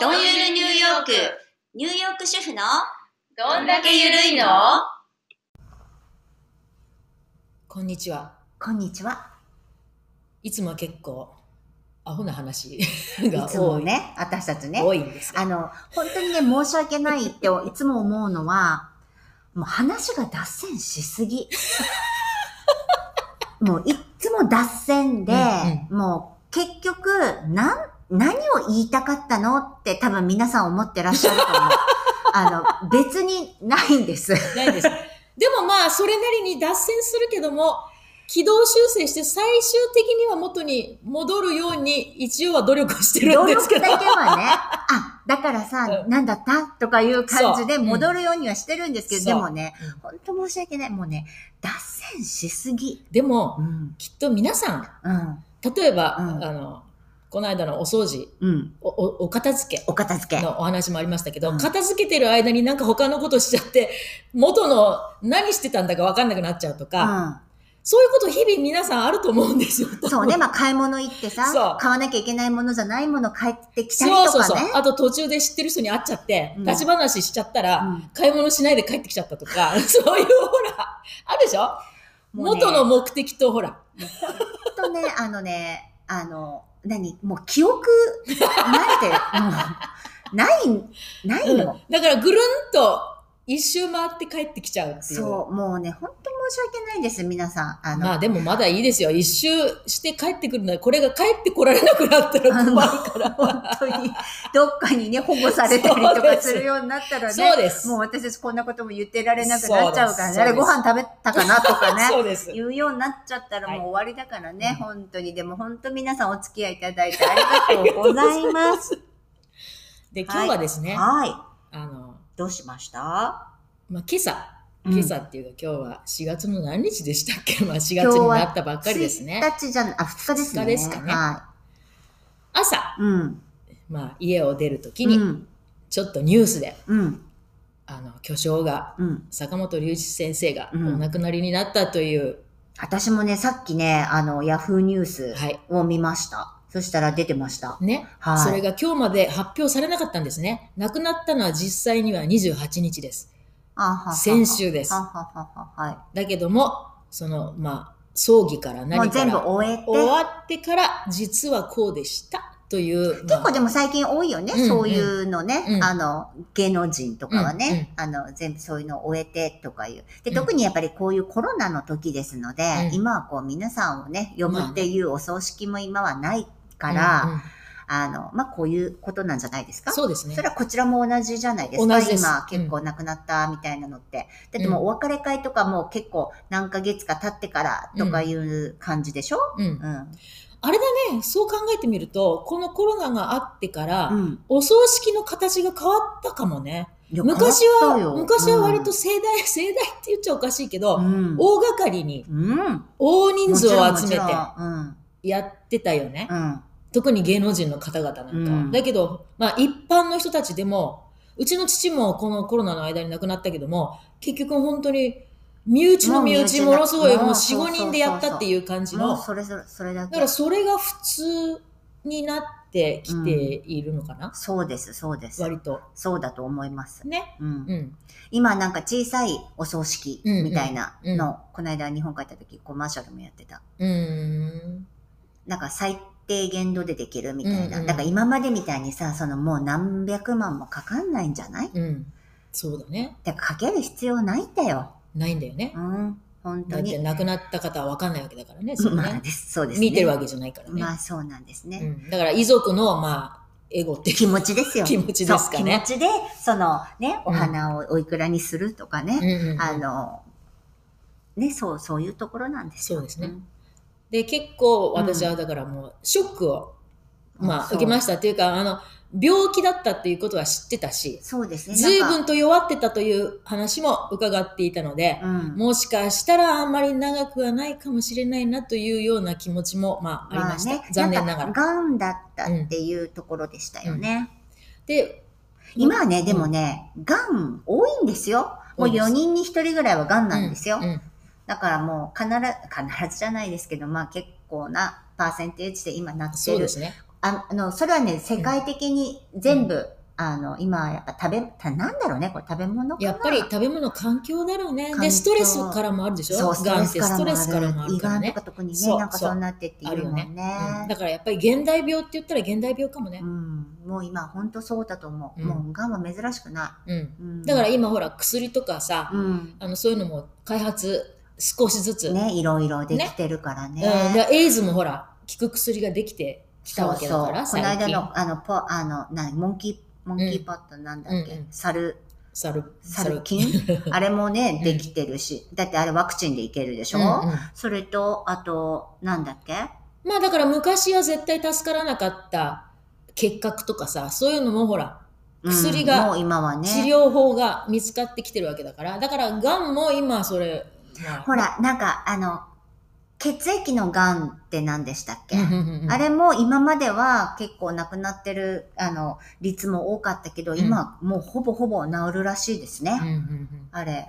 どんゆるニューヨーク、ニューヨーク主婦のどんだけゆるいのこんにちは。こんにちは。いつもは結構、アホな話いがつも多い,、ね、私たちね、多いんですがあの、本当にね、申し訳ない っていつも思うのは、もう話が脱線し すぎ。もういっつも脱線で、うんもう結局、なん、何を言いたかったのって多分皆さん思ってらっしゃると思う。 あの、別にないんです。ないです。でもまあ、それなりに脱線するけども、軌道修正して最終的には元に戻るように一応は努力はしてるん努ですけ力ど。だけはね、あ、だからさ、うなんだったとかいう感じでそううん戻るようにはしてるんですけど、そでうもねうん、ほんと申し訳ない。もうね、脱線しすぎ。でもう、ん。きっと皆さん、うん。例えば、うんあの、この間のお掃除、うん。お、おお片付けお片付け。のお話もありましたけど、うん片付けてる間になんか他のことしちゃって、元の何してたんだかわかんなくなっちゃうとか、うそういうこと日々皆さんあると思うんですよ。ん、そうね、まあ買い物行ってそさう、買わなきゃいけないものじゃないもの買ってきたりそうとそうそかうね。。あと途中で知ってる人に会っちゃって、うん立ち話しちゃったら、うん買い物しないで帰ってきちゃったとか、 そういうほら、あるでしょ、もうね元の目的とほら、ほんとね、あのね、あの、何もう記憶、なんて、もう、ない、なういんの。だからぐるんと一周回って帰ってきちゃうっていう。そう、もうね、本当申し訳ないです、皆さん。あの、まあでもまだいいですよ。一周して帰ってくるのは、これが帰ってこられなくなったら困るから。本当に、どっかにね、保護されたりとかするようになったら ね、そうですもう私たちこんなことも言ってられなくなっちゃうかそうでらね、あすれご飯食べたかなとかね。そうです。言うようになっちゃったらもう終わりだからね、はい本当に。でも本当皆さんお付き合いいただいてありがとうございます。で、今日はですね、はい。あの、どうしましたまあ今朝、うん今朝っていうか今日は4月の何日でしたっけ まあ4月になったばっかりですね。 1日じゃん、あ、2日です二ね。日ですかねは朝、い。うん。まあ、家を出るときうに、ん。ちょっとニュースで、うん。あの、巨匠が、うん。坂本龍一先生がおうん亡くなりになったという、私もね、さっきね、あの、ヤフーニュースはい、を見ました。そしたら出てました。ね、はい。それが今日まで発表されなかったんですね。亡くなったのは実際には28日です。あははは先週ですは。ははははだけども、その、まあ、葬儀からい。もう何か全部ら終えて。終わってから、実はこうでしたという、まあ結構でも最近多いよね、うんうんそういうのね、うんあの、芸能人とかはね、あの、全部そういうのを終えてとかいう。で、うん特にやっぱりこういうコロナの時ですので、うん今はこう皆さんをね、呼ぶっていうお葬式も今はないから、うんうんあの、まあ、こういうことなんじゃないですかそうですねそ。れはこちらも同じじゃないですか同じです今うん結構亡くなったみたいなのって。だってもうお別れ会とかも結構何ヶ月か経ってからとかいう感じでしょうんう。ん。あれだね、そう考えてみると、このコロナがあってから、うん。お葬式の形が変わったかもね。いや昔変わはった、よ昔は割うんと盛大、 盛大って言っちゃおかしいけど、うん大掛かりに、うん。大人数を集めてもちろんもちろんうん。やってたよね。うん。特に芸能人の方々なんか。うんだけど、まあ一般の人たちでも、うちの父もこのコロナの間に亡くなったけども、結局本当に、身内の身内もう身内ものすごいもうもうそ4、うそう5そう人でやったっていう感じもうの、それそれ、それだだかけら。それが普通になってきているのかな、そうです、そうです。割と。そうだと思います。ね。う。うんん。今なんか小さいお葬式みたいなうんうんうの、この間日本帰った時コマーシャルもやってた。うーん。なんか最低限度でできるみたいな。うんうんだから今までみたいにさ、そのもう何百万もかかんないんじゃないうん。そうだね。だからかける必要ないんだよ。ないんだよねう。ん。本だ当ってに。亡くなった方は分かんないわけだからね。それねまあです、そうですね。見てるわけじゃないからね。まあそうなんですね。うん、だから遺族の、まあ、エゴっていう気持ちですよ。気持ちですかねそう気持ちで、そのね、うおん花をおいくらにするとかうね、んうん、あの、ね、そう、そういうところなんですよ。そうですね。で、結構私はだからもう、ショックを、うんまあ、そう受けましたというか、あの、病気だったっていうことは知ってたし、そうですね。随なん分と弱ってたという話も伺っていたのでか、、うん、もしかしたらあんまり長くはないかもしれないなというような気持ちも、まあ、ありました。残念ながら。んか癌だったっていうところでしたよね。で、今はね、でもね、がん多いんですよ。も多ういです4人に1人ぐらいはがんなんですよ。うんだからもう必ず、必ずじゃないですけど、まあ結構なパーセンテージで今なってそうる。ですね。ああの、それはね、世界的に全部、あの、今はやっぱ食べ、たなんだろうね、これ食べ物かなやっぱり食べ物環境だろうね。環で、境ストレスからもあるでしょそう、ストがんレっスてかスらトもレスからもあある。る胃からがんとね。か特にそね、うなんかそうなってっていあるるもよんねね。うんだからやっぱり現代病って言ったら現代病かもねう。ん、もう今本当そうだと思う。うんもうがんは珍しくなうん。い。うんだから、今ほら、薬とかさ、うん、あの、そういうのも開発少しずつ。ね、いろいろできてるからね。うん。で、エイズもほら、効く薬ができてきたわけだから、そうそうこ最の間近。の、あの、ポ、あの、なモンキー、モンキーパッドなんだっけ、うんうんサル、サル、サル菌 あれもね、できてるし。だってあれワクチンでいけるでしょ、うんうんそれと、あと、なんだっけまあだから昔は絶対助からなかった結核とかさ、そういうのもほら、うん薬がもう今はね。治療法が見つかってきてるわけだから、だからがんも今それ、まあほら、なんか、あの、血液の癌って何でしたっけ、うんうんうんあれも今までは結構亡くなってる、あの、率も多かったけど、ん今、もうほぼほぼ治るらしいですね。うんうんうんあれ、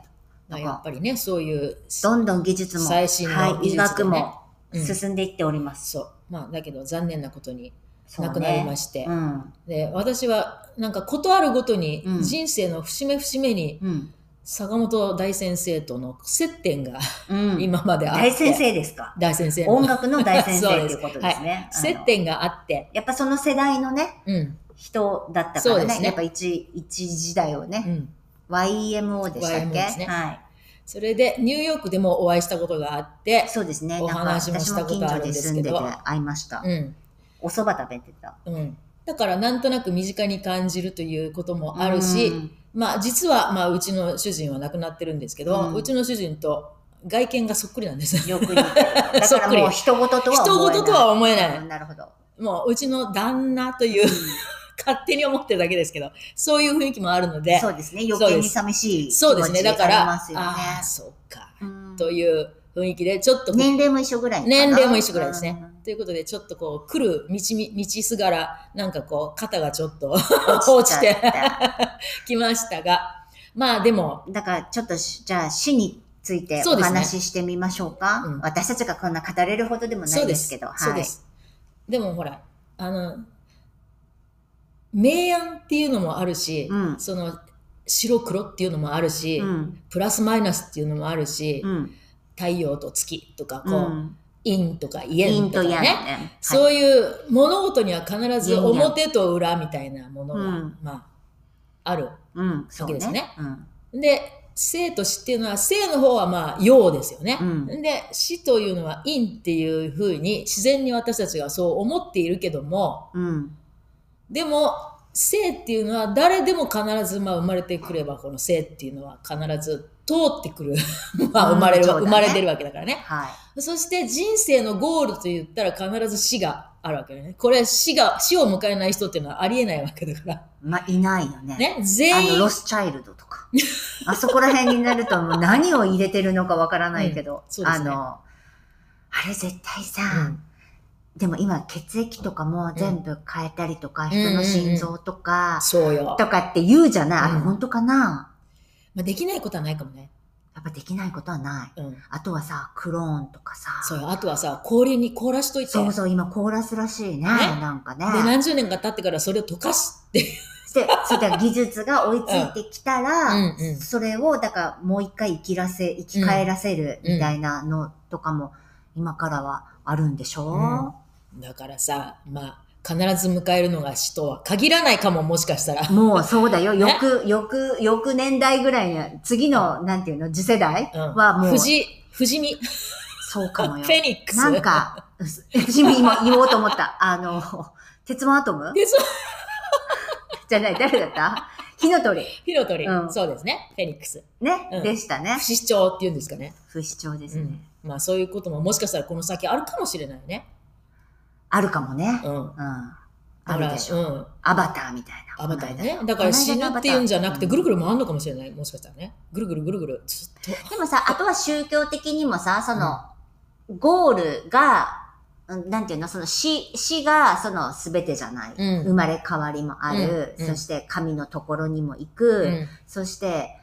まあやっぱりね、そういう、どんどん技術も、最新のはい、技医術学でねもうん進んでいっております。そう。まあだけど残念なことにそう亡ねくなりまして。うん。で、私はなんかことあるごとにうん人生の節目節目にうん。坂本大先生との接点がうん。今まであって。大先生ですか大先生の音楽の大先そう生でといすうことで すね。あの接点があって。やっぱその世代のね、うん。人だったかそうらでね、すねやっぱ一、一時代をね、うん。 YMO でしたっ YMO けですねはい。それで、ニューヨークでもお会いしたことがあって、そうですね。お話もなんかしたことあるんですけど私も近所で住んでて会いました。うん。お蕎麦食べてた。うん。だから、なんとなく身近に感じるということもあるし、まあ、実は、まあ、うちの主人は亡くなってるんですけど、ううんちの主人と外見がそっくりなんです うん、。よく似てる。だからもう人事とは思えない。人事とは思えないうんなるほど。もう、うちの旦那と いう、勝手に思ってるだけですけど、そういう雰囲気もあるので、そうですね。余計に寂しい気そう持ですね。ちだかありら、ますよね。ああ、そうか。うんという雰囲気で、ちょっとこう年齢も一緒ぐらいかな年齢も一緒ぐらいですねうん。ということで、ちょっとこう、来る道み、道すがら、なんかこう、肩がちょっと落ちて ちゃったきましたが、まあでも、だからちょっとしじゃあ死についてそうおですね話ししてみましょうか。うん私たちがこんな語れるほどでもなそいうで。ですすけど。そうはでい。す。でもほら、あの、明暗っていうのもあるし、うんその、白黒っていうのもあるし、うん。プラスマイナスっていうのもあるし、うん。太陽と月とか、こう、うん。陰とか陰陰ととかね。陽ね。。そうういう物事には必ず陰陽表と裏みたいなものが、うんまあ、ある。うん。そうわけですねね。うん。で、生と死っていうのは、生の方はまあ、陽ですよね。うんで、死というのは陰っていうふうに、自然に私たちがそう思っているけども、うん。でも、生っていうのは誰でも必ず、まあ、生まれてくれば、この生っていうのは必ず通ってくる。 まあ、生まれるわ、うんそう生だねまれてるわけだからね。はい。そして人生のゴールと言ったら必ず死があるわけだよね。これ死が、死を迎えない人っていうのはありえないわけだから。まあ、いないよね。ね、あ全の、員ロスチャイルドとか。あそこら辺になるともう何を入れてるのかわからないけど、うんそうであすねの、あれ絶対さ、うんでも今血液とかも全部変えたりとか、ん人の心臓とか、そうよ。とかって言うじゃない、うんあれ本当かなまあ、できないことはないかもね。やっぱできないことはない。うん。あとはさ、クローンとかさ。そうよ。あとはさ、氷に凍らしといて。そうそう、今コーラスらしいね。なんかね。で、何十年か経ってからそれを溶かすって。で、そうだ、技術が追いついてきたら、うんうんそれを、だから、もう一回生きらせ、生き返らせる、みたいなのとかも、今からはあるんでしょう、だからさ、まあ、必ず迎えるのが死とは限らないかも、もしかしたら。もう、そうだよ。よく、よく、よく年代ぐらいに、次の、なんていうの、次世代うん。はもう、富士、富士見、フそうかもよ。ェニックス。なん。か、藤見今言おうと思った。あの、鉄腕アト ムで、そう、じゃない、誰だった火の鳥。火の鳥、うんそうですね。フェニックス。ね、うんでしたね不。死鳥っていうんですかね。不死鳥ですうね。ん。まあ、そういうことももしかしたらこの先あるかもしれないよね。あるかもね。うん。うん。あるでしょ。ょ。アバターみたいな。アバターこの間ね。だから死ぬっていうんじゃなくて、うんぐるぐる回るのかもしれない。もしかしたらね。ぐるぐるぐるぐる。ずっと。でもさ、あとは宗教的にもさ、その、ゴールがうんなんていうの、その死、死がその全てじゃない。うん生まれ変わりもある。うんうんそして神のところにも行く。うんそして、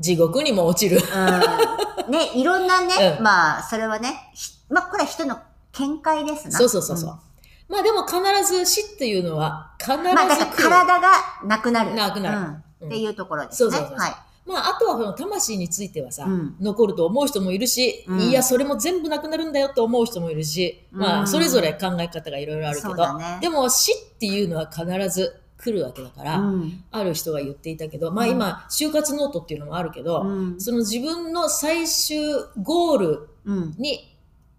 地獄にも落ちる。うん、ね、いろんなね、うんまあ、それはね、ひまあ、これは人の見解ですな。そうそうそうそう。んまあでも必ず死っていうのは必ず来る。まあ、だから体がなくなる。なくなるううんんっていうところですね。そうそうそうそうはい。まあ、あとはこの魂についてはさ、うん残ると思う人もいるし、うんいや、それも全部なくなるんだよと思う人もいるし、まうんあ、それぞれ考え方がいろいろあるけそうど、だね。でも死っていうのは必ず来るわけだから、うんある人が言っていたけど、まあうん今、就活ノートっていうのもあるけど、うんその自分の最終ゴールうんに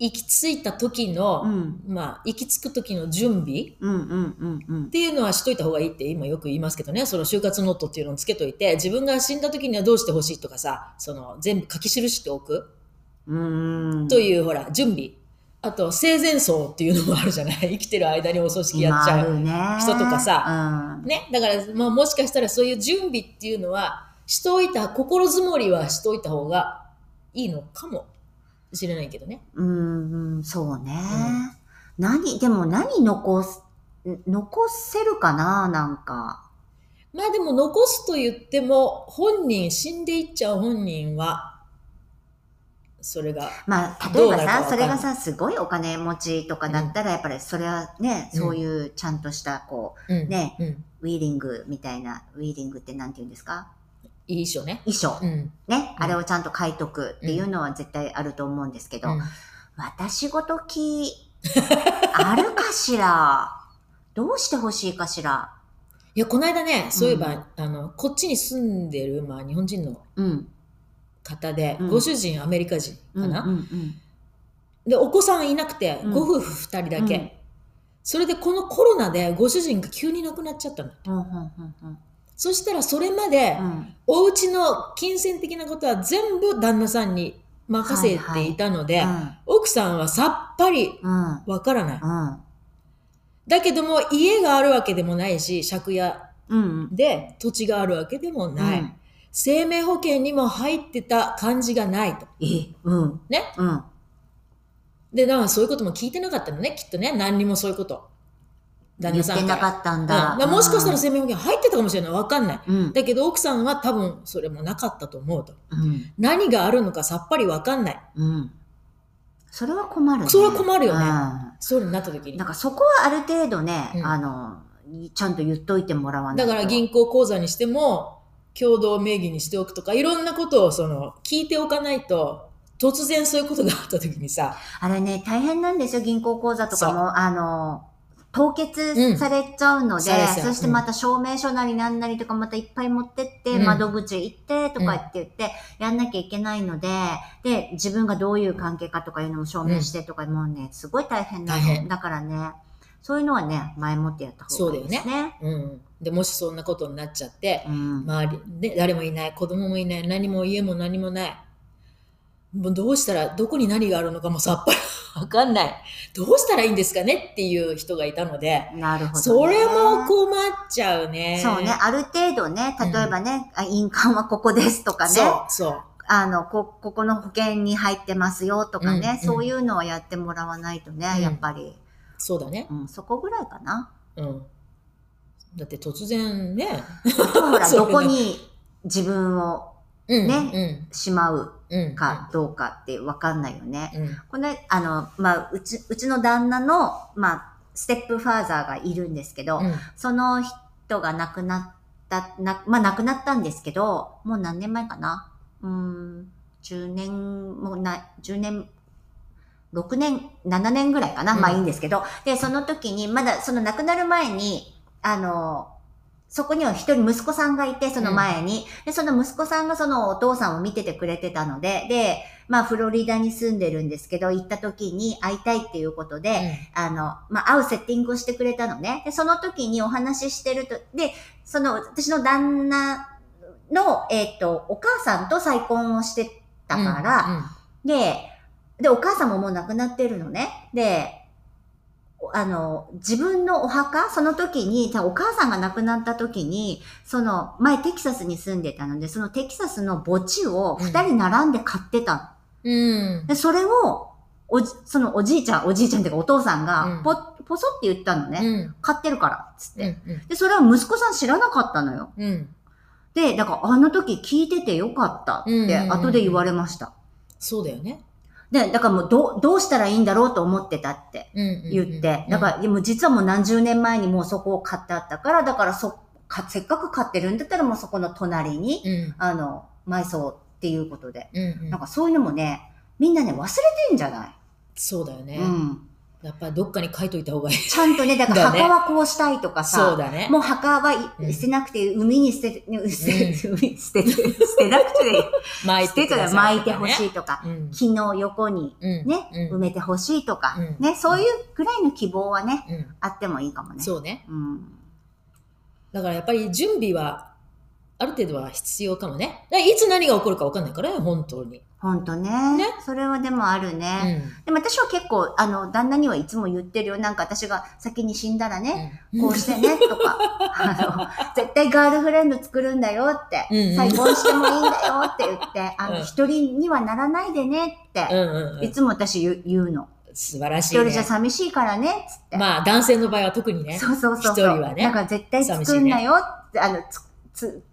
行き着いた時うの、んまあ、行き着く時の準備、うんうんうんうんっていうのはしといた方がいいって今よく言いますけどね、その就活ノートっていうのをつけといて、自分が死んだ時にはどうしてほしいとかさ、その全部書き記しておくうん。という、ほら、準備。あと、生前葬っていうのもあるじゃない 生きてる間にお葬式やっちゃう。人人とかさうんね。だから、まあもしかしたらそういう準備っていうのは、しといた、心づもりはしといた方がいいのかもしれないけどね。うんうん、そうね。何、でも何残す、ん残せるかななんか。まあでも残すと言っても、本人、死んでいっちゃう本人は、それがまあ、例えばどうなるさ、かわそかんれないがさ、すごいお金持ちとかだったら、やっぱりそれはね、うんそういうちゃんとした、こうんねうん。う、ウィーリングみたいな、ウィーリングってなんて言うんですかいい衣装ね。衣装。うん。ね、うんあれをちゃんと書いとくっていうのは絶対あると思うんですけど、私ごとき、あるか しらどうしてほしいかしらいや、この間ね、そういえば、うんあの、こっちに住んでる、まあ、日本人のうん。方で、うんご主人アメリカ人うかん、な、うん、で、お子さんいなくて、うんご夫婦二人だけ、うんそれで、このコロナでご主人が急に亡くなっちゃったの。うん。うん、うん、うん、そしたら、それまで、うん。お家の金銭的なことは全部旦那さんに任せていたので、奥さんはさっぱりうん、うん、わからない。うん。だけども、家があるわけでもないし、借家うん、で土地があるわけでもない。うん。生命保険にも入ってた感じがないと。え、うん。ねうん。で、だからそういうことも聞いてなかったのね、きっとね。何にもそういうこと。旦言那っさてんなから。かうんったんだだ。からもしかしたら生命保険入ってたかもしれない。わかんない。うん、だけど奥さんは多分それもなかったと思うと。うん、何があるのかさっぱりわかんない。うん。それは困るね。それは困るよねうそうになった時んに。だだからそこはある程度ね、うんあの、ちゃんと言っといてもらわないと。から銀行口座にしても、共同名義にしておくとか、いろんなことをその、聞いておかないと、突然そういうことがあった時にさ、あれね、大変なんですよ、銀行口座とかそも。あの、凍う結んされちゃうので、されちゃうそしてまた証明書なりなんなりとかまたいっぱい持ってって、うん窓口行ってとかって言って、やんなきゃいけないので、で、自分がどういう関係かとかいうのも証明してとか、もうね、すごい大変な大変の。だからね、そういうのはね、前もってやった方がいいですね。うん。で、もしそんなことになっちゃって、うん。周り、ね、誰もいない、子供もいない、何も家も何もない。もうどうしたら、どこに何があるのかもさっぱり わかんない。どうしたらいいんですかねっていう人がいたので、なるほど、ね。それも困っちゃうね。そうね、。ある程度ね、例えばね、あ印鑑はここですとかね。そう、そう。あの、こ、ここの保険に入ってますよとかね、うんうんそういうのをやってもらわないとね、うんやっぱり、そうだね。うん、そこぐらいかな。うん。だって突然ね。あとほ ら、そうどねこに自分をうん。ね。しまううん。うん。かどうかってわかんないよね。うん。これ、あの、まあ、うち、うちの旦那の、まあ、ステップファーザーがいるんですけど、うん。その人が亡くなった、な、まあ、亡くなったんですけど、もう何年前かなうーん、10年もない、10年、6年、7年ぐらいかな、うんまあいいんですけど、で、その時に、まだその亡くなる前に、あの、そこには一人息子さんがいて、その前に、で、その息子さんがそのお父さんを見ててくれてたので、で、まあフロリダに住んでるんですけど、行った時に会いたいっていうことで、あの、まあ、会うセッティングをしてくれたのね。で、その時にお話ししてると、で、その、私の旦那の、えっ、と、お母さんと再婚をしてたから、で、で、お母さんももう亡くなってるのね。で、おあの、自分のお墓、その時に、たお母さんが亡くなった時に、その、前テキサスに住んでたので、そのテキサスの墓地を二人並んで買ってたうのん。うん。で、それを、おじ、そのおじいちゃん、おじいちゃんっていうかお父さんうがん、ぽ、ぽそって言ったのうね。ん。買ってるから、つっうて。ん。で、それは息子さん知らなかったのよ。うん。で、だからあの時聞いててよかったうんっうんてうんうん後で言われました。そうだよね。で、だからもうどう、どうしたらいいんだろうと思ってたってうん。言って。だだから、でも実はもう何十年前にもうそこを買ってあったから、だからそ、かせっかく買ってるんだったらもうそこの隣に、うん。あの、埋葬っていうことで。うん。なんかそういうのもね、みんなね、忘れてんじゃない、そうだよねう。ん。やっぱりどっかに書いといた方がいい。ちゃんとね、だからだね墓はこうしたいとかそうさ、だね。もう墓はうんい捨てなくて、 海に捨て、捨て、海に捨てて、捨てなくてい い、巻い捨ててたくだらさ巻いいてほしい。いとか、うん。木の横にうんね、う埋んめてほしいとか、うんね、そういうぐらいの希望はね、うん。あってもいいかもね。そうね。うん。だからやっぱり準備はある程度は必要かもね。だからいつ何が起こるか分かんないからね、本当に。ほんとね。ねそれはでもあるうね。ん。でも私は結構、あの、旦那にはいつも言ってるよ。なんか私が先に死んだらね、 こうしてね、とか、あの、絶対ガールフレンド作るんだよって、うんうん再婚してもいいんだよって言って、あうの、ん一人にはならないでねって、うんうんういん、つも私言う言うの。素晴らし一い、ね。人じゃ寂しいからね、つって。まあ男性の場合は特にね。そうそうそう。一人はねだから絶対作んなよって、あの、つ、つ、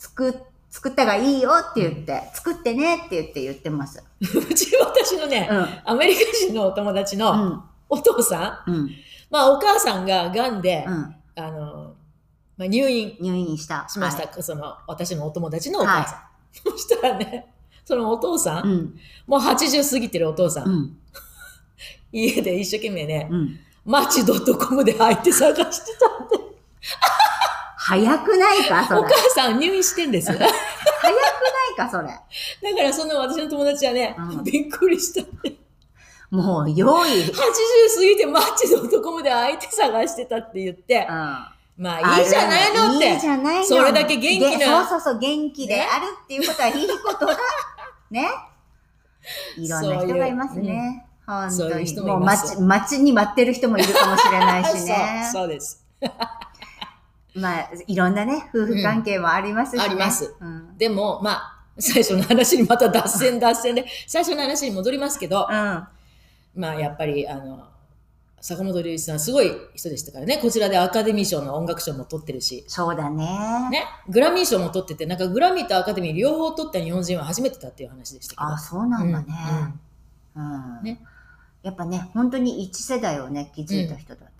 作、作ったがいいよって言って、作ってねって言って言ってます。うち私のね、うん。アメリカ人のお友達うのん。お父さん、うん。まあお母さんが癌で、うん。あの、まあ、入院入院した。しました、はその私のお友達のお母さん。そしたらね、そのお父さ、い。うんん。もう80過ぎてるお父さん、うん。家で一生懸命ね、うん。マチドットコムで入って探してたって。早くないか、それ。お早母さん入院してんです。 だかくないか、それ。らその私の友達はね、うんびっくりした。80もう、用意。うん。過ぎてマッチドットコムで相手探してたって言って、まあいいじゃないのっあるいいじて。ゃないの。それだけ元気でなそうそうそう、元気でねあるっていうことはいいことだ。 ね。いろんな人がいますね。本そう当いうに。人ももういます。待ち、待ちに待ってる人もいるかもしれないしね そう、そうです。まあ、いろんなね、夫婦関係もありますし、ねうんあります。うん。でも、まあ、最初の話にまた脱線脱線で、最初の話に戻りますけど、うん。まあやっぱり、あの、坂本龍一さんすごい人でしたからね、こちらでアカデミー賞の音楽賞も取ってるし、そうだね。ね、グラミー賞も取ってて、なんかグラミーとアカデミー両方取った日本人は初めてだっていう話でしたけど。ああ、そうなんだね。うんうんうん。ねやっぱね、本当に一世代をね、気づいた人だった、ね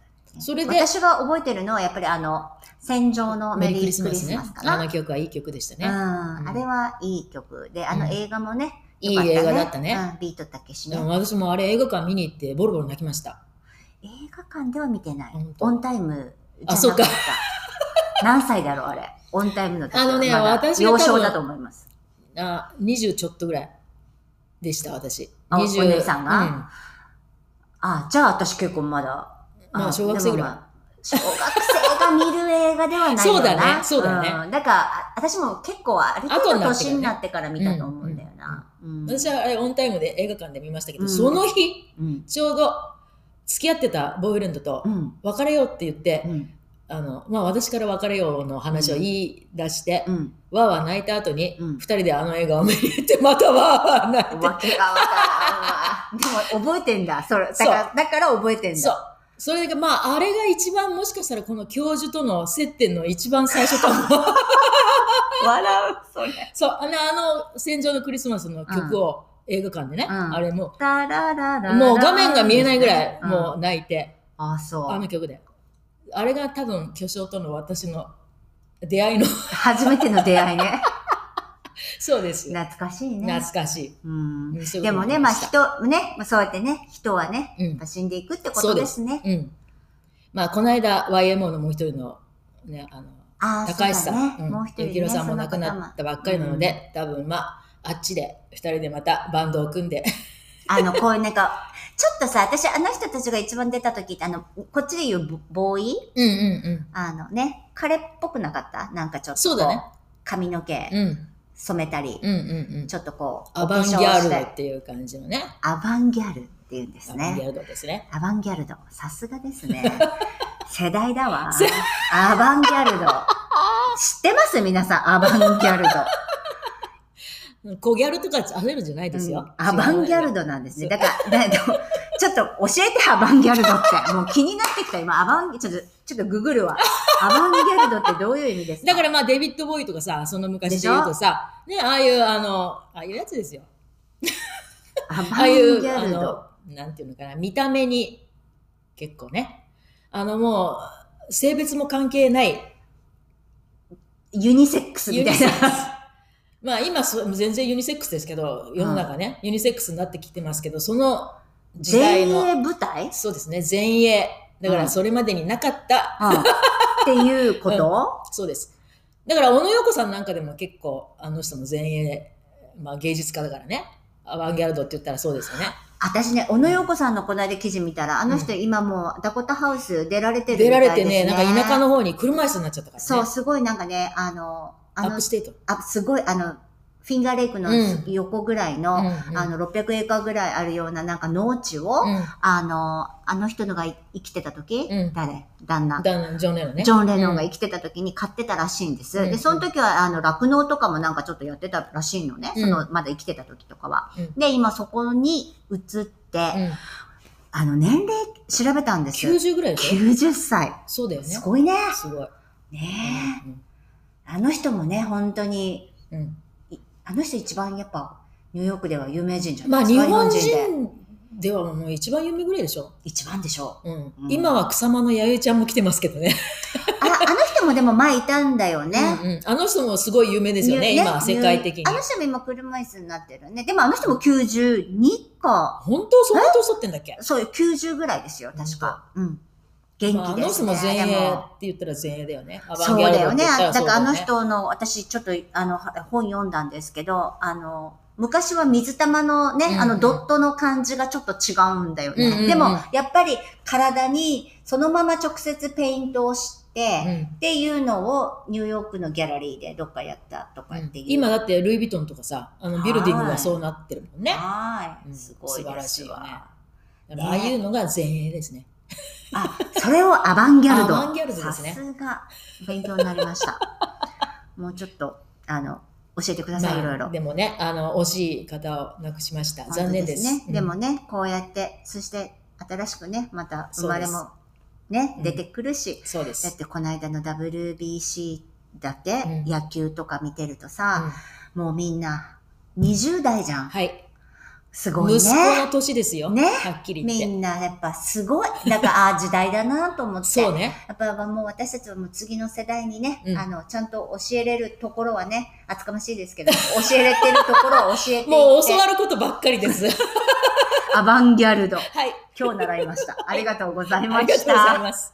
それで私が覚えてるのは、やっぱりあの、戦場のメリークリスマスね。かな。あの曲はいい曲でしたうね。ん、あれはいい曲で、あうのん映画もね、いい良か映画だったね。うん、ビートたけしでねも。私もあれ映画館見に行ってボロボロ泣きました。映画館では見てない本。当オンタイムじゃなかった。あそうか何歳だろう、あれ。オンタイムの時はあのねまだ私が多幼分少だと思います。あ、20ちょっとぐらいでした、私。あ20お姉さんがうあ、じゃあ私結構まだ。まあの小学生ぐらいでもまあ小学生が見る映画ではないよそうだな。ねそうだねんだから、あ私も結構ある後程に度なってからね年になってから見たと思うんだよな。うんん私はあれオンタイムで映画館で見ましたけど、うんその日、うん。ちょうど付き合ってたボーイフレンドとうん。別れようって言ってう、ん。あの、まあ私から別れようの話を言い出して、 うん。わーわー泣いた後に、二、うん人であの映画を見に行って、 またわーわー泣いてわけがわからんわ。でも覚えてんだ。それ。だそうから、だから覚えてんだ。そう。それが、まあ、あれが一番、もしかしたらこの教授との接点の一番最初かも。笑う、それ。 そう、あの、あの、戦場のクリスマスの曲を映画館でね、うんあれもタラララう、もう画面が見えないぐらい、うんもう泣いて、あ、そあう。の曲で。あれが多分、巨匠との私の出会いの、初めての出会 いね。そうです。懐かしいね懐。かしうん。い。でもね、まあ、人、ね、まあそうやってね、人はね、うん死んでいくってこそとうでですすね。うん。まあ、この間、YMO のもう一人の、ね、あの、ああ、高橋そうさだん、ね、もう一人、ね、ゆきろさんも亡くそのな方っもたばっかりなので、多分まあ、あっちで、二人でまたバンドを組んで、あの、こういうなんか、ちょっとさ、私、あの人たちが一番出た時って、あの、こっちで言うボボーイうんうんうん。あのね、彼っぽくなかったなんかちょっとそこ。うだね。髪のう毛ん。染めたり、うんうんうんち。ょっとこう、アバンギャルドっていう感じのね。アバンギャルって言うんですアバンギャね。ルドですね。アバンギャルド。さすがです ね。世代だわ。アバンギャルド。知ってます皆さん、アバンギャルうド。ん小ギャルとか焦るんじゃないですよ。うんアバンギャルドなんですね。だから、だけどちょっと教えて、アバンギャルドって。もう気になってきた、今、アバン、ちょっと、ちょっとグ グるわ。アバンギャルドってどういう意味ですかだからまあデビッド・ボーイとかさ、その昔で言うとさ、ね、ああいうあの、ああいうやつですよ。アあバあンいギう、ャあルド。の、なんていうのかな、見た目に、結構ね、あのもう、性別も関係ない、ユニセックスみたいユニセッな。クスまあ今そ、全然ユニセックスですけど、世の中ね、ユニセックスになってきてますけど、その時代前衛の、舞台そうですね、前衛。だかうらんそれまでになかった、うんっていうこと、そうです。だから、小野洋子さんなんかでも結構、あの人の前衛、まあ芸術家だからね、アバンギャルドって言ったらそうですよね。私ね、小野洋子さんのこの間記事見たら、あの人今もうダコタハウス出られてる出みたらいでれす、ね。てね、なんか田舎の方に車椅子になっちゃったからね。そう、すごいなんかね、あの、アあッのプ、ステート。あすごい、あの、フィンガーレイクのうん横ぐらいの、うんあの、600エーカーぐらいあるような、なんか農地を、うんあの、あの人のがい生きてた時、うん誰旦那。ダンジョン・レノンね。ジョン・レノンがうん生きてた時に買ってたらしいんです。うんで、その時は、あの、酪農とかもなんかちょっとやってたらしいのね。うんその、まだ生きてた時とかは。うんで、今そこに移って、うんあの、年齢調べたんです。 90ぐらいでしょ90歳。そうだよね。すごいね。すごい。ねえ。あの人もね、本当に、うんうんあの人一番やっぱ、ニューヨークでは有名人じゃまなあ、いです日か。本で。人ではもう一番有名ぐらいでしょ。一番でしょう。うんうん今は草間の弥生ちゃんも来てますけどね。あら、あの人もでも前いたんだよね。うんうんあの人もすごい有名ですよね、ニュー今、世界的にニュー。あの人も今車椅子になってるね。でもあの人も92か。本当そんな年取ってんだっけそうよ、90ぐらいですよ、確か。うん。元まああ気のです、人ね。も前衛でっもて言ったら前衛だよね。アバそンうギャルだドよってね。言っただらそかうらだあよのね。人の、私ちょっと、あの、は本読んだんですけど、あの、昔は水玉のね、うんうんあの、ドットの感じがちょっと違うんだよね。うんうんうんでも、やっぱり体にそのまま直接ペイントをうして、んっていうのをニューヨークのギャラリーでどっかやったとかっていう。今だってルイ・ヴィトンとかさ、あのビルディングがそうなってるもんね。はうい。んすごいです素わ晴らしいよねいだからああいうのが前衛ですね。あ、それをアバンギャルド。アバンギャルドですねさすが、勉強になりま した。もうちょっと、あの、教えてください、いろいまろあ。でもね、あの、惜しい方を亡くしました。残念です。本当ね。うんでもね、こうやって、そして、新しくね、また生まれそうもねう、ん出てくるし、そうでだすっ。てこの間の WBC だって、うん野球とか見てるとうさ、んもうみんな、20代じゃん。はい。す息ごい子ね。の年ですよ。ねはっきり言っみて。んなやっぱす ごい。だから、ああ、時代だなと思って。そうね。やっぱもう私たちはもう次の世代にね、うんあの、ちゃんと教えれるところはね、厚かましいですけど、教えれてるところを教 えていって、もう教わることばっかりです。はアバンギャルド。い。今日習いました。ありがとうございあまりがとうしございた。ます。